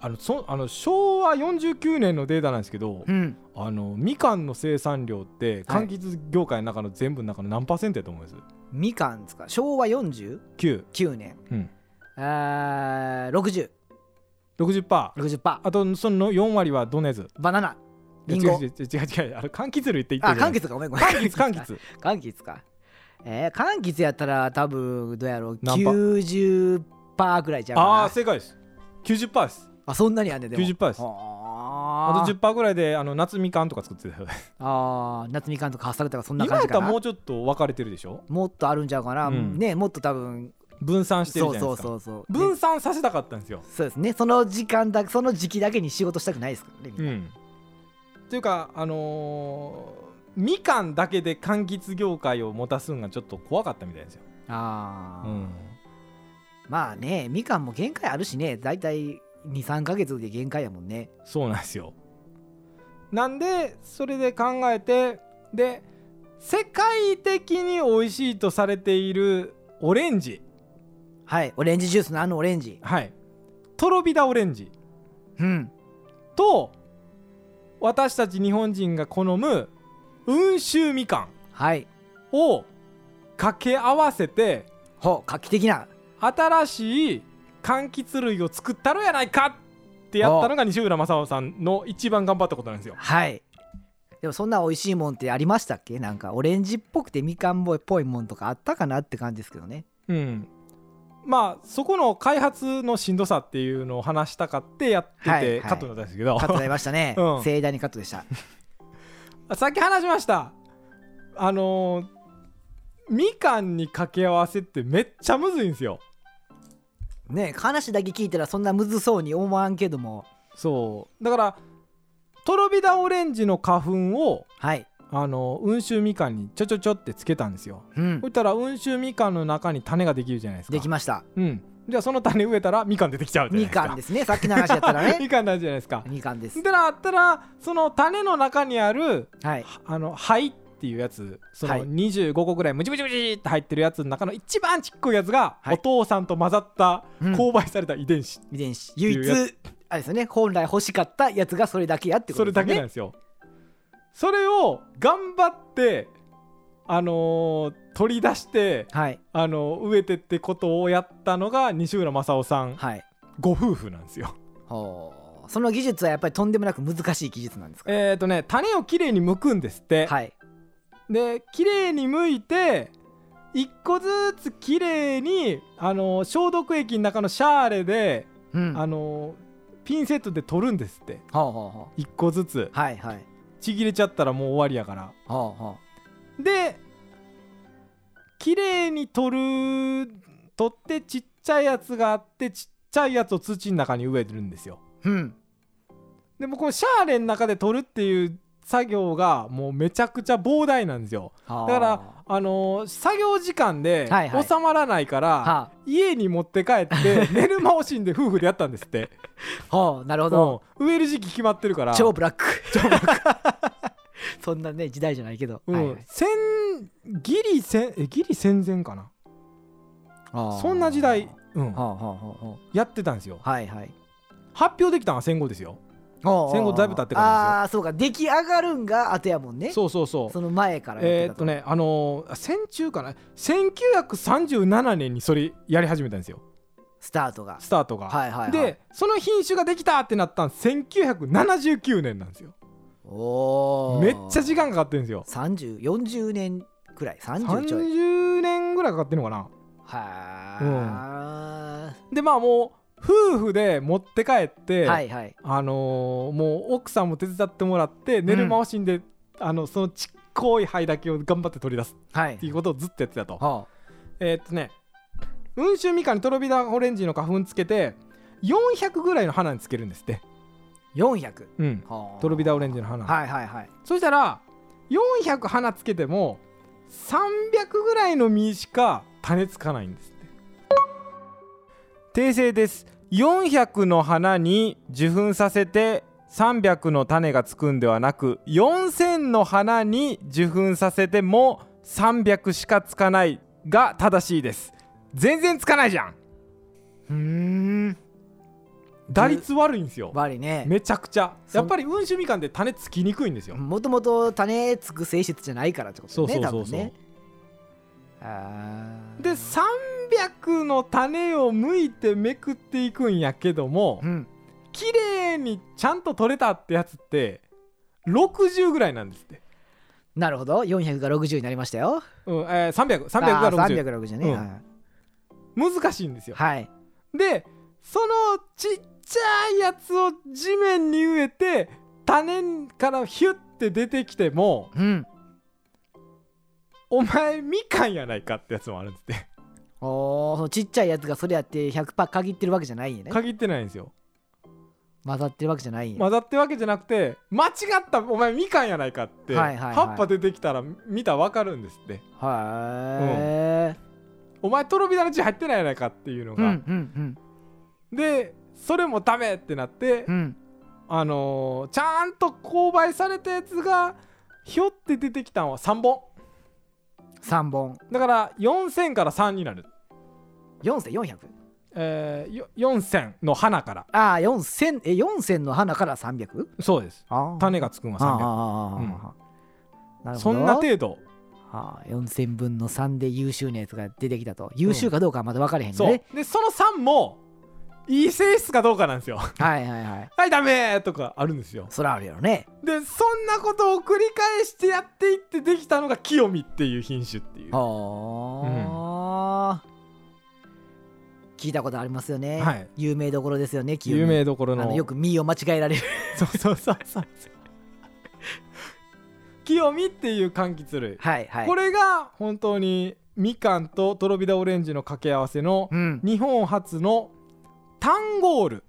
[SPEAKER 1] あのそあの昭和49年のデータなんですけど、
[SPEAKER 2] うん
[SPEAKER 1] あのみかんの生産量って柑橘業界の中の全部の中の何パーセントやと思います
[SPEAKER 2] みかんですか昭和49
[SPEAKER 1] ?960%。
[SPEAKER 2] 年、
[SPEAKER 1] うん
[SPEAKER 2] あー
[SPEAKER 1] 60%
[SPEAKER 2] 6060%
[SPEAKER 1] あとその4割はドネズ。
[SPEAKER 2] バナナリン
[SPEAKER 1] い
[SPEAKER 2] ゴ
[SPEAKER 1] や違う違う違う違うあの柑橘類って言って
[SPEAKER 2] あ
[SPEAKER 1] るじゃな
[SPEAKER 2] 柑
[SPEAKER 1] い
[SPEAKER 2] 橘かごめ んごめん
[SPEAKER 1] 柑橘柑橘
[SPEAKER 2] 柑橘かえー、柑橘やったら多分どうやろう
[SPEAKER 1] 何パ
[SPEAKER 2] 90パーぐらいじゃうかな
[SPEAKER 1] ああー正解です90%です
[SPEAKER 2] あそんなにあんねんでも
[SPEAKER 1] 90%です
[SPEAKER 2] あ
[SPEAKER 1] あと
[SPEAKER 2] ー
[SPEAKER 1] 10%ぐらいであの夏みかんとか作ってた
[SPEAKER 2] あー夏みかんとか発されたらそんな
[SPEAKER 1] 今
[SPEAKER 2] 感
[SPEAKER 1] やっ
[SPEAKER 2] じ
[SPEAKER 1] た
[SPEAKER 2] からな
[SPEAKER 1] も
[SPEAKER 2] も
[SPEAKER 1] うちょっと分かれてるでしょ
[SPEAKER 2] っとあるんちゃうかな、
[SPEAKER 1] うん
[SPEAKER 2] ねもっと多分
[SPEAKER 1] 分散してる
[SPEAKER 2] そ
[SPEAKER 1] じ
[SPEAKER 2] う
[SPEAKER 1] ゃない
[SPEAKER 2] そ
[SPEAKER 1] で
[SPEAKER 2] う
[SPEAKER 1] すか
[SPEAKER 2] そうそうね
[SPEAKER 1] 分散させたかったんですよ
[SPEAKER 2] そうですねその時間だその時期だけに仕事したくないですからねみ
[SPEAKER 1] うん
[SPEAKER 2] な、
[SPEAKER 1] っていうかあのーみかんだけで柑橘業界を持たすんがちょっと怖かったみたいですよ、
[SPEAKER 2] あ
[SPEAKER 1] う
[SPEAKER 2] ー、
[SPEAKER 1] ん、
[SPEAKER 2] まあねみかんも限界あるしねだいたい23か月で限界やもんね
[SPEAKER 1] そうなんですよなんでそれで考えてで世界的に美味しいとされているオレンジ
[SPEAKER 2] はいオレンジジュースのあのオレンジ
[SPEAKER 1] はいトロビダオレンジ
[SPEAKER 2] うん
[SPEAKER 1] と私たち日本人が好む温州みかん
[SPEAKER 2] はい
[SPEAKER 1] を掛け合わせて
[SPEAKER 2] ほう画期的な
[SPEAKER 1] 新しい柑橘類を作ったろやないかってやったのが西浦正夫さんの一番頑張ったことなんですよ。
[SPEAKER 2] はいでもそんな美味しいもんってありましたっけなんかオレンジっぽくてみかんっぽいもんとかあったかなって感じですけどね
[SPEAKER 1] うん、まあそこの開発のしんどさっていうのを話したかってやって
[SPEAKER 2] はいは
[SPEAKER 1] て
[SPEAKER 2] い
[SPEAKER 1] カットだったんですけど、
[SPEAKER 2] カットになりましたね、
[SPEAKER 1] うん
[SPEAKER 2] 盛大にカットでした
[SPEAKER 1] さっき話しましたあのーみかんに掛け合わせってめっちゃむずいんですよ。
[SPEAKER 2] ね話だけ聞いたらそんなむずそうに思わんけども
[SPEAKER 1] そうだからトロビダオレンジの花粉を
[SPEAKER 2] はい
[SPEAKER 1] あの温州みかんにちょちょちょってつけたんですよ
[SPEAKER 2] うん
[SPEAKER 1] そしたら温州みかんの中に種ができるじゃないですか
[SPEAKER 2] できました
[SPEAKER 1] うんじゃあその種植えたらみかん出てきちゃうじゃない
[SPEAKER 2] み
[SPEAKER 1] ですか
[SPEAKER 2] かんですねさっきの話やったら ね
[SPEAKER 1] みかんなんじゃないですか
[SPEAKER 2] みかんです
[SPEAKER 1] でなったらその種の中にある
[SPEAKER 2] はい
[SPEAKER 1] あの灰っていうやつそ
[SPEAKER 2] はい
[SPEAKER 1] の25個ぐらいムチムチムチって入ってるやつの中の一番ちっこいやつが、
[SPEAKER 2] はい
[SPEAKER 1] お父さんと混ざった
[SPEAKER 2] うん
[SPEAKER 1] 購買された遺伝子、
[SPEAKER 2] 遺伝子
[SPEAKER 1] い
[SPEAKER 2] 唯
[SPEAKER 1] うやつ
[SPEAKER 2] 一あれですよね本来欲しかったやつがそれだけやってこ
[SPEAKER 1] そ
[SPEAKER 2] と
[SPEAKER 1] れ
[SPEAKER 2] で
[SPEAKER 1] だ
[SPEAKER 2] すよね
[SPEAKER 1] けなんですよそれを頑張ってあのー取り出して
[SPEAKER 2] はい
[SPEAKER 1] あの植えてってことをやったのが西浦正夫さん
[SPEAKER 2] はい
[SPEAKER 1] ご夫婦なんですよ。
[SPEAKER 2] ほうその技術はやっぱりとんでもなく難しい技術なんです か
[SPEAKER 1] えっ、とね種をきれいに剥くんですって、
[SPEAKER 2] はい
[SPEAKER 1] できれいに剥いて一個ずつきれいにあの消毒液の中のシャーレで、
[SPEAKER 2] うんほ
[SPEAKER 1] あ
[SPEAKER 2] う
[SPEAKER 1] のピンセットで取るんですって
[SPEAKER 2] ほうほ
[SPEAKER 1] 一個ずつ
[SPEAKER 2] うはいはい
[SPEAKER 1] ちぎれちゃったらもう終わりやから。
[SPEAKER 2] ほうほ
[SPEAKER 1] で綺麗に取る取ってちっちゃいやつがあってちっちゃいやつを土の中に植えてるんですよ
[SPEAKER 2] ううん
[SPEAKER 1] でもこのシャーレの中で取るっていう作業がもうめちゃくちゃ膨大なんですよ
[SPEAKER 2] だ
[SPEAKER 1] だからあのー作業時間で
[SPEAKER 2] はいはい
[SPEAKER 1] 収まらないから、
[SPEAKER 2] は
[SPEAKER 1] 家に持って帰って 寝る間惜しんで夫婦でやったんですって
[SPEAKER 2] あほうなるほど
[SPEAKER 1] うん植える時期決まってるから
[SPEAKER 2] 超ブラック そんなね時代じゃないけど、
[SPEAKER 1] うん
[SPEAKER 2] はいはい
[SPEAKER 1] 戦ギリ戦えギリ戦前かな
[SPEAKER 2] あー
[SPEAKER 1] そんな時代、うん
[SPEAKER 2] はあはあはあは
[SPEAKER 1] やってたんですよ
[SPEAKER 2] あはいはい
[SPEAKER 1] 発表できたのは戦後ですよ
[SPEAKER 2] 戦
[SPEAKER 1] 戦後だいぶ経ってからですよ
[SPEAKER 2] ああーそうか出来上がるんが後やもんね
[SPEAKER 1] そうそうそう
[SPEAKER 2] その前からや
[SPEAKER 1] え
[SPEAKER 2] て
[SPEAKER 1] ー
[SPEAKER 2] た
[SPEAKER 1] っとねあのー戦中かな1937年にそれやり始めたんですよ
[SPEAKER 2] スタートが
[SPEAKER 1] スタートが、
[SPEAKER 2] はいはいはい
[SPEAKER 1] でその品種ができたってなったの1979年なんですよ
[SPEAKER 2] おお
[SPEAKER 1] めっちゃ時間かかってるんですよ
[SPEAKER 2] 3040年くらい30ちょい
[SPEAKER 1] 30年ぐらいかかってるのかな
[SPEAKER 2] は
[SPEAKER 1] でまあもう夫婦で持って帰って、
[SPEAKER 2] いはいはい
[SPEAKER 1] あのーもう奥さんも手伝ってもらって寝る間を惜しんで、あのそのちっこい灰だけを頑張って取り出す
[SPEAKER 2] は
[SPEAKER 1] ってい
[SPEAKER 2] いう
[SPEAKER 1] ことをずっとやってたと
[SPEAKER 2] は
[SPEAKER 1] えーっとね温州みかんにトロビダオレンジの花粉つけて400ぐらいの花につけるんですって、
[SPEAKER 2] あ400
[SPEAKER 1] うん、
[SPEAKER 2] はあ
[SPEAKER 1] トロビダオレンジの花、
[SPEAKER 2] はいはいはい
[SPEAKER 1] そしたら400花つけても300ぐらいの実しか種つかないんですって訂正です400の花に受粉させて300の種がつくんではなく4000の花に受粉させても300しかつかないが正しいです全然つかないじゃん
[SPEAKER 2] うーん
[SPEAKER 1] 打率悪いんですよ
[SPEAKER 2] 悪いね
[SPEAKER 1] めちゃくちゃ
[SPEAKER 2] そ
[SPEAKER 1] やっぱり温州みかんって種つきにくいんですよ
[SPEAKER 2] もともと種つく性質じゃないからってことね
[SPEAKER 1] そうそうそうそう
[SPEAKER 2] 多分ねあー
[SPEAKER 1] で300の種を剥いてめくっていくんやけども
[SPEAKER 2] うん
[SPEAKER 1] 綺麗にちゃんと取れたってやつって60ぐらいなんですって、
[SPEAKER 2] なるほど400が60になりましたよ
[SPEAKER 1] うんえー、300 300
[SPEAKER 2] あ
[SPEAKER 1] が
[SPEAKER 2] ー
[SPEAKER 1] 60
[SPEAKER 2] 360ね、
[SPEAKER 1] うん
[SPEAKER 2] はい
[SPEAKER 1] 難しいんですよ
[SPEAKER 2] はい
[SPEAKER 1] でそのちっちゃいやつを地面に植えて種からヒュッて出てきても
[SPEAKER 2] うん
[SPEAKER 1] お前みかんやないかってやつもあるんですって
[SPEAKER 2] おーそのちっちゃいやつがそれやって100%限ってるわけじゃないんやね
[SPEAKER 1] 限ってないんですよ
[SPEAKER 2] 混ざってるわけじゃないんや、
[SPEAKER 1] 混ざってわけじゃなくて間違ったお前みかんやないかって、
[SPEAKER 2] はいはいは
[SPEAKER 1] 葉
[SPEAKER 2] い
[SPEAKER 1] っぱ出てきたら見たら分かるんですって
[SPEAKER 2] はー
[SPEAKER 1] お前トロビダの血入ってないやないかっていうの
[SPEAKER 2] うんう
[SPEAKER 1] が、
[SPEAKER 2] んうん
[SPEAKER 1] でそれもダメってなって、
[SPEAKER 2] うん
[SPEAKER 1] あのーちゃんと勾配されたやつがひょって出てきたのは3本
[SPEAKER 2] 3本
[SPEAKER 1] だから4000から3になる、
[SPEAKER 2] 4400
[SPEAKER 1] えーよ4000の花から
[SPEAKER 2] ああ4000え4000の花から 300?
[SPEAKER 1] そうです
[SPEAKER 2] あ
[SPEAKER 1] 種がつくんは
[SPEAKER 2] ああ
[SPEAKER 1] 300うん
[SPEAKER 2] ああああなるほど
[SPEAKER 1] そんな程度
[SPEAKER 2] ああ4000分の3で優秀なやつが出てきたと優秀かどうかはまだ分かれへん
[SPEAKER 1] そう
[SPEAKER 2] ね、
[SPEAKER 1] でその3もいい性質かどうかなんですよ
[SPEAKER 2] はいはいはい
[SPEAKER 1] はいダメーとかあるんですよ
[SPEAKER 2] そらあるやろね
[SPEAKER 1] でそんなことを繰り返してやっていってできたのが清見っていう品種っていう
[SPEAKER 2] ああ、聞いたことありますよね、
[SPEAKER 1] はい
[SPEAKER 2] 有名どころですよね清美
[SPEAKER 1] 有名どころ
[SPEAKER 2] あ
[SPEAKER 1] の
[SPEAKER 2] のよく身を間違 えられる
[SPEAKER 1] そうそうそうそう清見っていう柑橘類、
[SPEAKER 2] はいはい
[SPEAKER 1] これが本当にみかんとトロビダオレンジの掛け合わせの
[SPEAKER 2] うん
[SPEAKER 1] 日本初のタンゴールって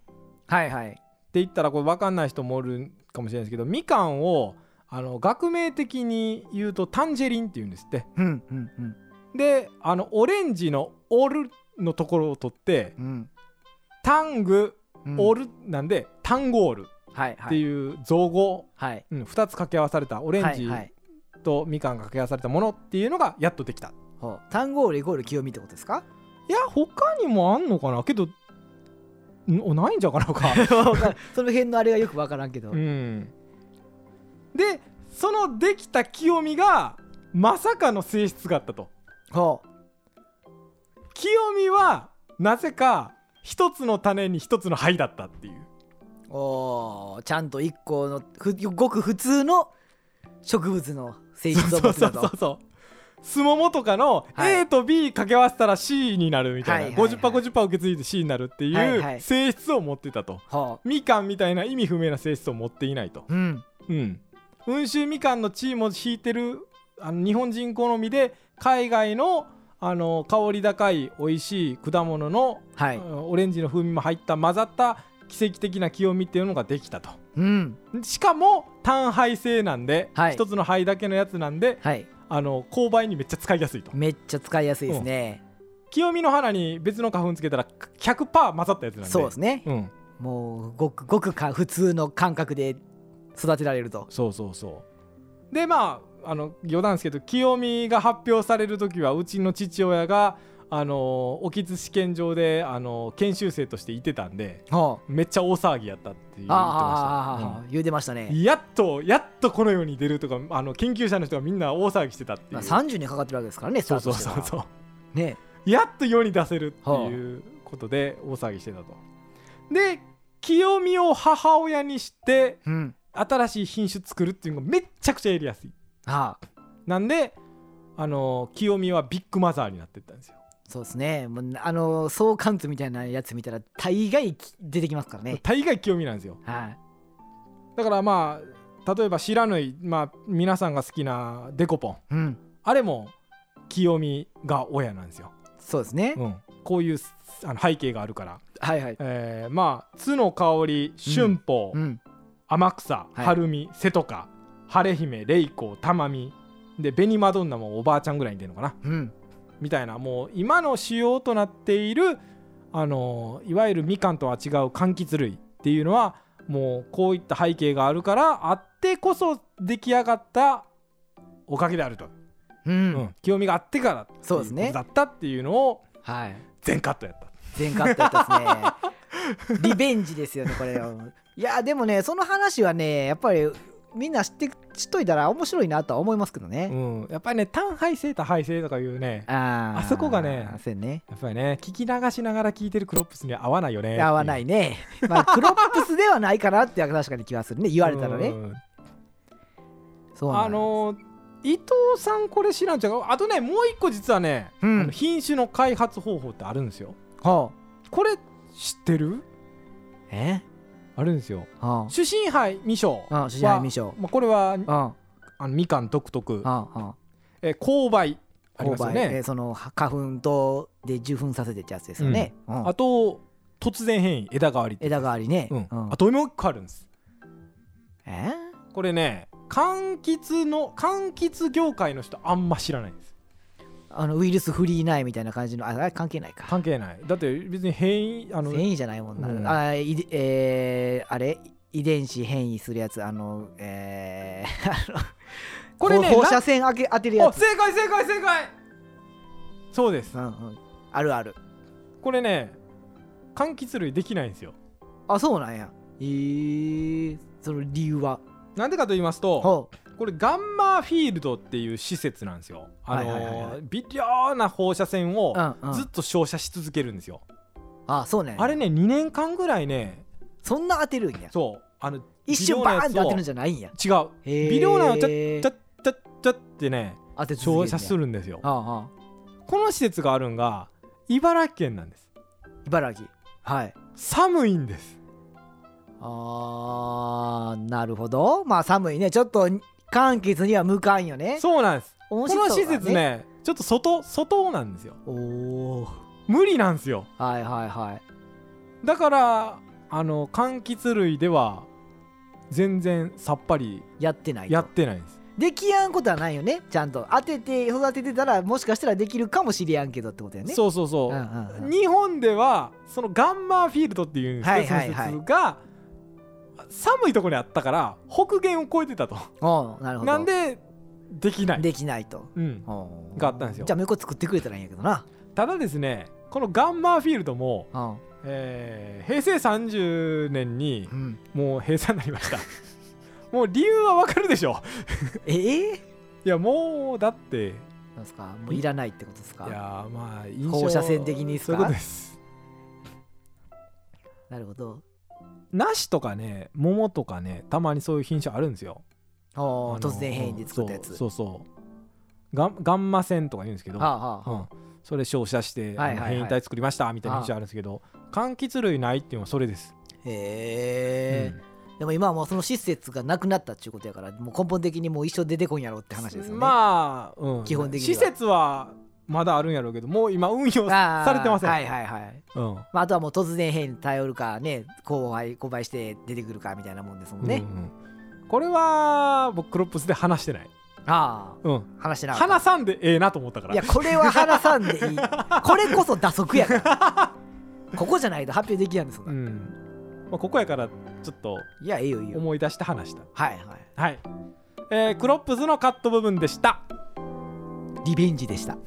[SPEAKER 2] はいはい
[SPEAKER 1] 言ったらこれ分かんない人もおるかもしれないですけどみかんをあの学名的に言うとタンジェリンっていうんですって
[SPEAKER 2] うんうんうん
[SPEAKER 1] であのオレンジの「オル」のところを取って
[SPEAKER 2] うん
[SPEAKER 1] タング
[SPEAKER 2] うん
[SPEAKER 1] オルなんで、タンゴール
[SPEAKER 2] はいは
[SPEAKER 1] って
[SPEAKER 2] い
[SPEAKER 1] いう造語、
[SPEAKER 2] はい
[SPEAKER 1] うん、2つ掛け合わされたオレン
[SPEAKER 2] はい
[SPEAKER 1] ジ
[SPEAKER 2] はい
[SPEAKER 1] とみかんが掛け合わされたものっていうのがやっとできた
[SPEAKER 2] ほう単語イコール清美ってことですか
[SPEAKER 1] いや他にもあんのかなけどんおないんじゃかなか
[SPEAKER 2] その辺のあれがよく分からんけど、
[SPEAKER 1] うんでそのできた清美がまさかの性質があったと
[SPEAKER 2] ほう
[SPEAKER 1] 清美はなぜか一つの種に一つの灰だったっていう
[SPEAKER 2] おーちゃんと一個のふごく普通の植物の性質を持って
[SPEAKER 1] そう
[SPEAKER 2] た
[SPEAKER 1] そうそ
[SPEAKER 2] と
[SPEAKER 1] うそうすももとかの
[SPEAKER 2] はい
[SPEAKER 1] A と B 掛け合わせたら C になるみたいな、
[SPEAKER 2] はいはいはい
[SPEAKER 1] 50%50% 受け継いで C になるって
[SPEAKER 2] はい
[SPEAKER 1] い
[SPEAKER 2] は
[SPEAKER 1] う
[SPEAKER 2] い
[SPEAKER 1] 性質を持ってたと、
[SPEAKER 2] は
[SPEAKER 1] みかんみたいな意味不明な性質を持っていないと
[SPEAKER 2] あうん
[SPEAKER 1] うん温州みかんの地位も引いてるあの日本人好みで海外のあの香り高い美味しい果物の、
[SPEAKER 2] はい
[SPEAKER 1] うんオレンジの風味も入った混ざった奇跡的な清みっていうのができたと
[SPEAKER 2] うん
[SPEAKER 1] しかも単灰性なんで、
[SPEAKER 2] はい
[SPEAKER 1] 一つの灰だけのやつなんで
[SPEAKER 2] はい
[SPEAKER 1] あの勾配にめっちゃ使いやすいと
[SPEAKER 2] めっちゃ使いやすいですね、
[SPEAKER 1] 清見の花に別の花粉つけたら100%混ざったやつなんで
[SPEAKER 2] そうですね、
[SPEAKER 1] うん、
[SPEAKER 2] もうごくごくか普通の感覚で育てられると
[SPEAKER 1] そうそうそうでまああの余談ですけど清美が発表される時はうちの父親があの沖津試験場であの研修生としていてたんで
[SPEAKER 2] は
[SPEAKER 1] めっちゃ大騒ぎやったって言って
[SPEAKER 2] あ
[SPEAKER 1] ました
[SPEAKER 2] ああ、言うてました
[SPEAKER 1] うん
[SPEAKER 2] ね、
[SPEAKER 1] やっとやっとこの世に出るとかあの研究者の人がみんな大騒ぎしてたってい
[SPEAKER 2] まあ、
[SPEAKER 1] う、
[SPEAKER 2] 30年かかってるわけですからね
[SPEAKER 1] そうそうそう
[SPEAKER 2] う
[SPEAKER 1] そう
[SPEAKER 2] ね
[SPEAKER 1] やっと世に出せるっていうことで大騒ぎしてたと。で清美を母親にして
[SPEAKER 2] うん
[SPEAKER 1] 新しい品種作るっていうのがめっちゃくちゃやりやすい。
[SPEAKER 2] はあ
[SPEAKER 1] なんであの清美はビッグマザーになってったんですよ
[SPEAKER 2] そうですねもうあの相関図みたいなやつ見たら大概き出てきますからね
[SPEAKER 1] 大概清美なんですよ
[SPEAKER 2] はい
[SPEAKER 1] だからまあ例えば知らぬい、まあ、皆さんが好きなデコポン
[SPEAKER 2] うん
[SPEAKER 1] あれも清美が親なんですよ、
[SPEAKER 2] そうですね、
[SPEAKER 1] うん、こういうあの背景があるから、
[SPEAKER 2] はいはい
[SPEAKER 1] えーまあ津の香り春宝、
[SPEAKER 2] うん
[SPEAKER 1] 天草
[SPEAKER 2] い
[SPEAKER 1] 晴海瀬戸か晴姫麗子玉美で紅マドンナもおばあちゃんぐらいに出るのかな
[SPEAKER 2] うん
[SPEAKER 1] みたいなもう今の仕様となっているあのいわゆるみかんとは違う柑橘類っていうのはもうこういった背景があるからあってこそ出来上がったおかげであると、
[SPEAKER 2] うん、
[SPEAKER 1] うん清美があってからってい
[SPEAKER 2] そうですね
[SPEAKER 1] ことだったっていうのを
[SPEAKER 2] はい
[SPEAKER 1] 全カットやった
[SPEAKER 2] 全カットやった ですねリベンジですよねこれはいやでもねその話はねやっぱりみんな知って知っといたら面白いなとは思いますけど
[SPEAKER 1] う
[SPEAKER 2] ね、
[SPEAKER 1] ん、やっぱりね単配性多配性とかいうね
[SPEAKER 2] あー
[SPEAKER 1] あそこがね
[SPEAKER 2] そうやね
[SPEAKER 1] やっぱりね聞き流しながら聞いてるクロップスには合わないよね
[SPEAKER 2] 合わないいね、まあ、クロップスではないかなって確かに気はするね言われたらねそうなん
[SPEAKER 1] あのー伊藤さんこれ知らんちゃうあとねもう一個実はね、
[SPEAKER 2] うん
[SPEAKER 1] あの品種の開発方法ってあるんですよ
[SPEAKER 2] は
[SPEAKER 1] これ知ってる
[SPEAKER 2] あえ
[SPEAKER 1] あるんですよ
[SPEAKER 2] は
[SPEAKER 1] 主心杯未生
[SPEAKER 2] ああ主心杯未生
[SPEAKER 1] まあ、これは
[SPEAKER 2] あは
[SPEAKER 1] あのみかん独特
[SPEAKER 2] あは
[SPEAKER 1] えー勾配
[SPEAKER 2] あ
[SPEAKER 1] ありますよ
[SPEAKER 2] 勾配え
[SPEAKER 1] ね
[SPEAKER 2] そのは花粉とで受粉させてってやつですよね、うん
[SPEAKER 1] あと突然変異枝変わりって
[SPEAKER 2] 枝代わりね、
[SPEAKER 1] うん
[SPEAKER 2] うん
[SPEAKER 1] あともう一個あるんです
[SPEAKER 2] え
[SPEAKER 1] これね柑橘の柑橘業界の人あんま知らないんです
[SPEAKER 2] あのウイルスフリーないみたいな感じのああれ関係ないか
[SPEAKER 1] 関係ないだって別に変異あの
[SPEAKER 2] 変異じゃないもんな、
[SPEAKER 1] うん
[SPEAKER 2] あいでえーあれ遺伝子変異するやつあのえー あの
[SPEAKER 1] これね
[SPEAKER 2] 放射線当て当てるや
[SPEAKER 1] あ
[SPEAKER 2] つ、
[SPEAKER 1] 正解正解正解そうです
[SPEAKER 2] うんうん、あるある
[SPEAKER 1] これね柑橘類できないんですよ
[SPEAKER 2] あそうなんやえー、その理由は
[SPEAKER 1] なんでかと言いますと
[SPEAKER 2] ほう
[SPEAKER 1] これガンマフィールドっていう施設なんですよあのー
[SPEAKER 2] はいはいはいは
[SPEAKER 1] 微量な放射線を
[SPEAKER 2] うんうん
[SPEAKER 1] ずっと照射し続けるんですよ、
[SPEAKER 2] あそうなんや
[SPEAKER 1] あれね2年間ぐらいね
[SPEAKER 2] そんな当てるんや
[SPEAKER 1] そうあの
[SPEAKER 2] 一瞬バーンって当てるん
[SPEAKER 1] じ
[SPEAKER 2] じゃないんや
[SPEAKER 1] ゃ違う微量なのちゃ
[SPEAKER 2] ち
[SPEAKER 1] ちゃちゃちゃってね
[SPEAKER 2] 当て続けるん
[SPEAKER 1] 照射
[SPEAKER 2] や
[SPEAKER 1] するんですよ
[SPEAKER 2] あああ
[SPEAKER 1] この施設があるんが茨城県なんです
[SPEAKER 2] あ茨城はい
[SPEAKER 1] 寒いんです
[SPEAKER 2] あーなるほどまあ寒いねちょっと柑橘には向かんよね
[SPEAKER 1] そうなんです
[SPEAKER 2] こ
[SPEAKER 1] この施設ねちょっと外外なんですよ
[SPEAKER 2] おお
[SPEAKER 1] 無理なんですよ
[SPEAKER 2] はいはいはい
[SPEAKER 1] だからあの柑橘類では全然さっぱり
[SPEAKER 2] やってないと
[SPEAKER 1] やってないんです
[SPEAKER 2] できやんことはないよねちゃんと当てて育ててたらもしかしたらできるかもしれやんけどってことやね
[SPEAKER 1] そうそうそう、
[SPEAKER 2] うんうんうん
[SPEAKER 1] 日本ではそのガンマーフィールドっていうんです
[SPEAKER 2] は
[SPEAKER 1] け
[SPEAKER 2] い
[SPEAKER 1] ど、
[SPEAKER 2] はいはい
[SPEAKER 1] その施設が寒いところにあったから北限を超えてたと
[SPEAKER 2] おうなるほど
[SPEAKER 1] なんでできない
[SPEAKER 2] できないと
[SPEAKER 1] うん、
[SPEAKER 2] おう
[SPEAKER 1] があったんですよ
[SPEAKER 2] じゃあもう一個作ってくれたらいいんやけどな
[SPEAKER 1] ただですねこのガンマーフィールドも、
[SPEAKER 2] うん
[SPEAKER 1] えー平成30年に
[SPEAKER 2] うん
[SPEAKER 1] もう閉鎖になりました もう理由はわかるでしょ
[SPEAKER 2] ええ
[SPEAKER 1] いやもうだって
[SPEAKER 2] なんすかもういらないってことです
[SPEAKER 1] い
[SPEAKER 2] か
[SPEAKER 1] やーまあ印象
[SPEAKER 2] 放射線的にっす
[SPEAKER 1] そう
[SPEAKER 2] か
[SPEAKER 1] いうことです
[SPEAKER 2] なるほど
[SPEAKER 1] 梨とかね桃とかねたまにそういう品種あるんですよ、
[SPEAKER 2] おう
[SPEAKER 1] あの
[SPEAKER 2] 突然変異で作ったやつ
[SPEAKER 1] そうそうそうガンガンマ線とか言うんですけど、
[SPEAKER 2] はあはあ
[SPEAKER 1] う
[SPEAKER 2] は
[SPEAKER 1] ん、それ照射して、
[SPEAKER 2] はいはいはい
[SPEAKER 1] あの変異体作りましたみたいな品種あるんですけど柑橘類ないっていうのはそれです、
[SPEAKER 2] あへえ
[SPEAKER 1] うん
[SPEAKER 2] でも今はもうその施設がなくなったっていうことやからもう根本的にもう一生出てこんやろって話ですよね。あ
[SPEAKER 1] まあ、うん、
[SPEAKER 2] 基本的には
[SPEAKER 1] 施設はまだあるんやろうけどもう今運用
[SPEAKER 2] ー
[SPEAKER 1] されてません、
[SPEAKER 2] はいはいはい。
[SPEAKER 1] うん
[SPEAKER 2] まあ、あとはもう突然変に頼るかね購買購買して出てくるかみたいなもんですもん
[SPEAKER 1] うんう
[SPEAKER 2] ね。
[SPEAKER 1] んこれは僕クロップスで話してない、
[SPEAKER 2] あ
[SPEAKER 1] うん、
[SPEAKER 2] あ話してなかった
[SPEAKER 1] 話さんでええなと思ったから
[SPEAKER 2] いやこれは話さんでいいこれこそ打足やから ここじゃないと発表できやんですも
[SPEAKER 1] うん
[SPEAKER 2] な、
[SPEAKER 1] んまあ、ここやからちょっと
[SPEAKER 2] いやいいよいいよ
[SPEAKER 1] 思い出して話した
[SPEAKER 2] はいは
[SPEAKER 1] はい、えークロップスのカット部分でした
[SPEAKER 2] いリベンジでした